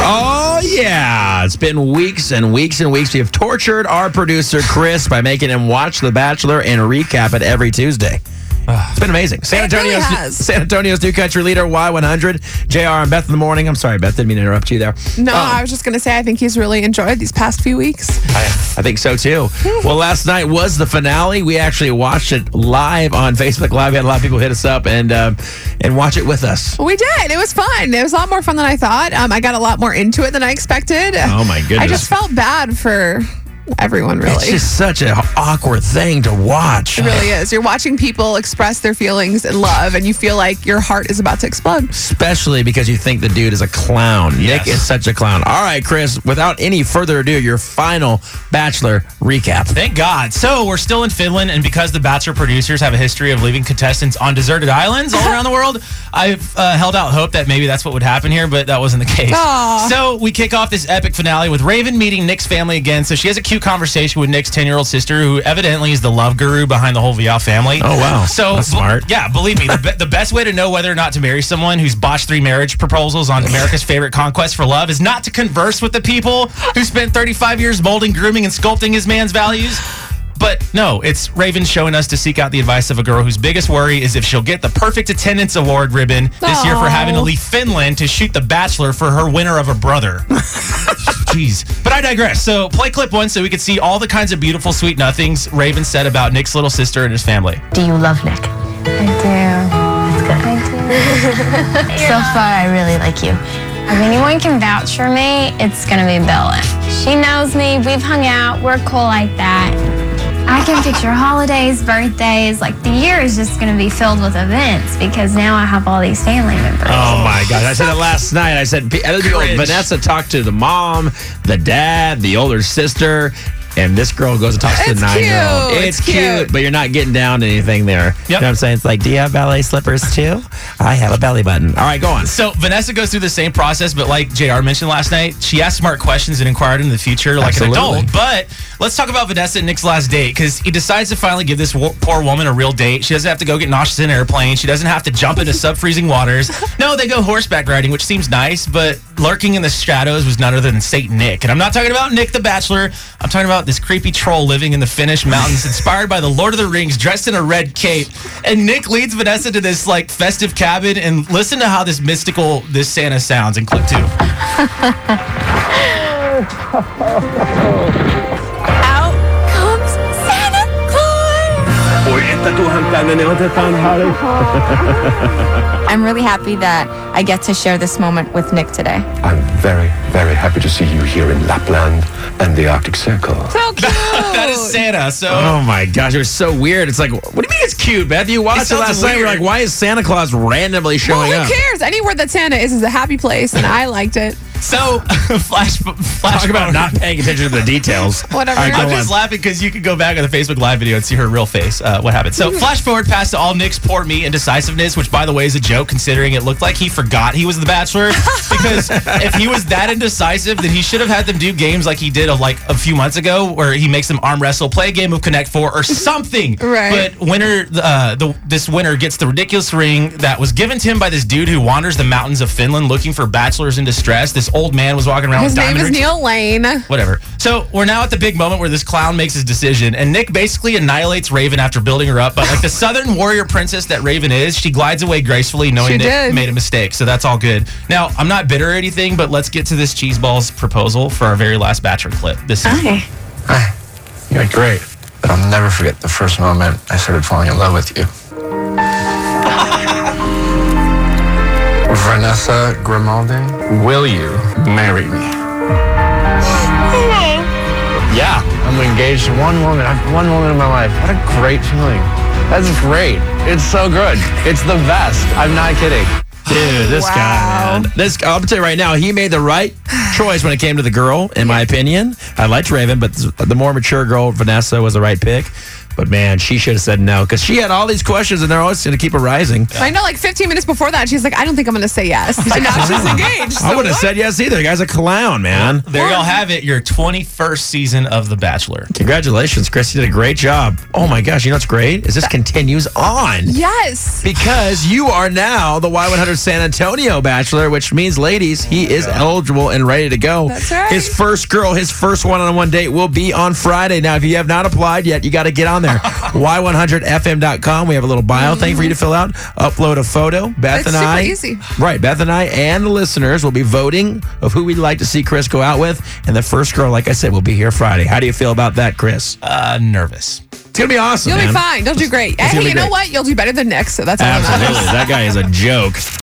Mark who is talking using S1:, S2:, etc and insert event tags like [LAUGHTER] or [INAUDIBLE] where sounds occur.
S1: Oh, Yeah, it's been weeks and weeks and weeks. We have tortured our producer, Chris, by making him watch The Bachelor and recap it every Tuesday. It's been amazing. San
S2: It really
S1: Antonio's,
S2: has.
S1: San Antonio's new country leader, Y100, JR and Beth in the morning. I'm sorry, Beth, didn't mean to interrupt you there.
S2: No,
S1: Um,
S2: I was just going to say, I think he's really enjoyed these past few weeks.
S1: I, I think so
S2: [LAUGHS]
S1: too. Well, last night was the finale. We actually watched it live on Facebook Live. We had a lot of people hit us up and um, and watch it with us.
S2: We did. It was fun. It was a lot more fun than I thought. Um, I got a lot more into it than I expected.
S1: Oh, my goodness.
S2: I just felt bad for everyone, really.
S1: It's just such an awkward thing to watch.
S2: It really is. You're watching people express their feelings and love, and you feel like your heart is about to explode. [LAUGHS]
S1: Especially because you think the dude is a clown. Nick is such a clown. All right, Chris, without any further ado, your final Bachelor recap.
S3: Thank God. So we're still in Finland, and because the Bachelor producers have a history of leaving contestants on deserted islands all around the world, [LAUGHS] I've uh, held out hope that maybe that's what would happen here, but that wasn't the case.
S2: Aw.
S3: So we kick off this epic finale with Raven meeting Nick's family again. So she has a cute conversation with Nick's ten-year-old sister, who evidently is the love guru behind the whole VL family.
S1: Oh, wow.
S3: So
S1: That's
S3: be-
S1: smart.
S3: Yeah, believe me, the, be- the best way to know whether or not to marry someone who's botched three marriage proposals on America's favorite conquest for love is not to converse with the people who spent 35 years molding, grooming, and sculpting his man's values. But no, it's Raven showing us to seek out the advice of a girl whose biggest worry is if she'll get the perfect attendance award ribbon this year for having to
S2: Aw.
S3: leave Finland to shoot The Bachelor for her winner of a brother. Jeez. But I digress. So play clip one so we could see all the kinds of beautiful, sweet nothings Raven said about Nick's little sister and his family.
S4: Do you love Nick?
S5: I do. I
S4: [LAUGHS]
S5: do.
S4: So far, I really like you.
S5: If anyone can vouch for me, it's gonna be Bella. She knows me. We've hung out. We're cool like that. I can picture holidays, birthdays. Like the year is just gonna be filled with events because now I have all these family members.
S1: Oh my God. I said it last night. I said, P- other people- Vanessa talked to the mom, the dad, the older sister, and this girl goes and talks to the
S2: It's
S1: nine year old.
S2: cute. It's cute.
S1: but you're not getting down to anything there. You know
S3: Yep.
S1: what I'm saying? It's like, do you have ballet slippers too? I have a belly button. All right, go on.
S3: So Vanessa goes through the same process, but like JR mentioned last night, she asked smart questions and inquired into the future like
S1: Absolutely.
S3: an adult. But let's talk about Vanessa and Nick's last date because he decides to finally give this wo- poor woman a real date. She doesn't have to go get nauseous in an airplane. She doesn't have to jump into
S1: [LAUGHS]
S3: sub-freezing waters. No, they go horseback riding, which seems nice, but lurking in the shadows was none other than Satan Nick. And I'm not talking about Nick the Bachelor. I'm talking about this creepy troll living in the Finnish mountains, inspired by the Lord of the Rings, dressed in a red cape. And Nick leads Vanessa to this like festive cabin. And listen to how this mystical this Santa sounds in clip two.
S5: Out comes Santa Claus.
S6: I'm really happy that I get to share this moment with Nick today.
S7: I'm very, very happy to see you here in Lapland and the Arctic Circle.
S2: So cute.
S3: That is Santa. So.
S1: Oh my gosh, it was so weird. It's like, what do you mean it's cute, Beth? You watched it,
S3: sounds
S1: last night. You're
S3: weird.
S1: like, why is Santa Claus randomly showing
S2: Well,
S1: up?
S2: who cares? Anywhere that Santa is is a happy place, and I liked it.
S3: So, [LAUGHS] flash, flash
S1: Talk about
S3: forward.
S1: not paying attention to the details.
S2: [LAUGHS] Whatever.
S1: All right, go
S3: I'm
S1: on.
S3: just laughing because you could go back on the Facebook Live video and see her real face. Uh, what happened?
S2: [LAUGHS]
S3: So, flash forward past all Nick's poor me indecisiveness, which, by the way, is a joke considering it looked like he forgot he was
S2: [LAUGHS]
S3: the Bachelor. because if he was that indecisive, then he should have had them do games like he did of like a few months ago, where he makes them arm wrestle, play a game of Connect Four or something.
S2: [LAUGHS] Right.
S3: But winner uh, the this winner gets the ridiculous ring that was given to him by this dude who wanders the mountains of Finland looking for bachelors in distress. This old man was walking
S1: Oh,
S3: around
S2: His
S3: with
S2: name
S3: diamond
S2: is
S3: rings
S2: Neil Lane.
S3: whatever. So we're now at the big moment where this clown makes his decision, and Nick basically annihilates Raven after building her up. But
S2: [LAUGHS]
S3: like the Southern warrior princess that Raven is, she glides away gracefully, knowing
S2: She
S3: Nick
S2: did.
S3: made a mistake. So that's all good. Now I'm not bitter or anything, but let's get to this cheeseballs proposal for our very last Bachelor clip. This is
S7: You're great. But I'll never forget the first moment I started falling in love with you. Vanessa Grimaldi, will you marry me? Yeah, I'm engaged to one woman. I have one woman in my life. What a great feeling. That's great. It's so good. It's the best. I'm not kidding.
S1: Dude, this guy, man. This, I'll tell you right now, he made the right choice when it came to the girl, in my opinion. I liked Raven, but the more mature girl, Vanessa, was the right pick. But man, she should have said no because she had all these questions and they're always going to keep arising.
S2: I know, like 15 minutes before that, she's like, I don't think I'm going to
S1: [LAUGHS]
S2: say yes. And now she's engaged.
S1: I
S2: so
S1: wouldn't have
S2: what?
S1: said yes either. The guy's a clown, man.
S3: There y'all have it. Your 21st season of The Bachelor.
S1: Congratulations, Chris. You did a great job. Oh my gosh, you know what's great? Is this continues on.
S2: Yes.
S1: Because you are now the Y100 San Antonio Bachelor, which means, ladies, he is eligible and ready to go.
S2: That's right.
S1: His first girl, his first one on one date will be on Friday. Now, if you have not applied yet, you got to get on
S2: [LAUGHS]
S1: there. Y100FM.com. We have a little bio thing for you to fill out. Upload a photo. Beth
S2: It's
S1: and
S2: super
S1: I.
S2: easy.
S1: Right. Beth and I and the listeners will be voting of who we'd like to see Chris go out with. And the first girl, like I said, will be here Friday. How do you feel about that, Chris?
S3: Uh, nervous.
S1: It's going to be awesome.
S2: You'll be
S1: man.
S2: fine. You'll do great.
S1: gonna
S2: Hey,
S1: be
S2: you know
S1: great.
S2: what? You'll do better than Nick, so that's all that matters.
S1: Absolutely. that guy is a joke.